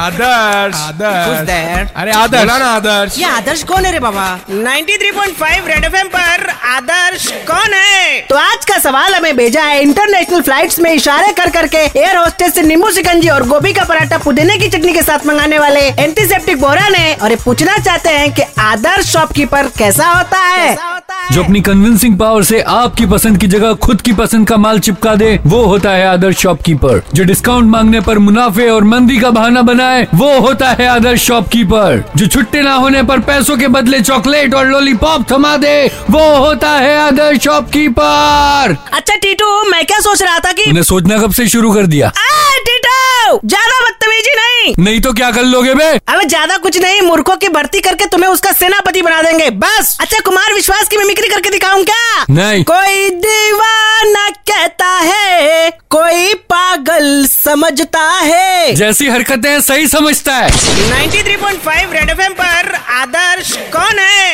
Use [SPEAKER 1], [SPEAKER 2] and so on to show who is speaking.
[SPEAKER 1] Adarsh Adarsh
[SPEAKER 2] Who's there?
[SPEAKER 1] अरे आदर्श बोला ना आदर्श
[SPEAKER 2] ये आदर्श कौन है रे बाबा
[SPEAKER 3] 93.5 रेड एफएम पर आदर्श कौन है
[SPEAKER 2] तो आज का सवाल हमें भेजा है इंटरनेशनल फ्लाइट्स में इशारे कर करके एयर होस्टेस से नींबू शिकंजी और गोभी का पराठा पुदीने की चटनी के साथ मंगाने वाले एंटीसेप्टिक बोरा ने और ये पूछना चाहते हैं कि आदर्श शॉपकीपर कैसा होता है
[SPEAKER 4] जो अपनी कन्विंसिंग पावर से आपकी पसंद की जगह खुद की पसंद का माल चिपका दे वो होता है आदर्श शॉपकीपर जो डिस्काउंट मांगने पर मुनाफे और मंदी का बहाना बनाए वो होता है आदर्श शॉपकीपर जो छुट्टे ना होने पर पैसों के बदले चॉकलेट और लॉलीपॉप थमा दे वो होता है आदर्श शॉपकीपर
[SPEAKER 2] अच्छा टीटू मैं क्या सोच रहा था कि
[SPEAKER 4] उन्हें सोचना कब से शुरू कर दिया
[SPEAKER 2] आ, टीटू ज्यादा बदतमीजी नहीं
[SPEAKER 4] नहीं तो क्या कर लोगे बे
[SPEAKER 2] अब ज्यादा कुछ नहीं मूर्खों की भर्ती करके तुम्हें उसका सेनापति बना देंगे बस अच्छा कुमार विश्वास की मिमिक्री करके दिखाऊं क्या
[SPEAKER 4] नहीं।
[SPEAKER 2] कोई दीवाना कहता है कोई पागल समझता है
[SPEAKER 4] जैसी हरकतें सही समझता है
[SPEAKER 3] 93.5 रेड एफएम पर आदर्श कौन है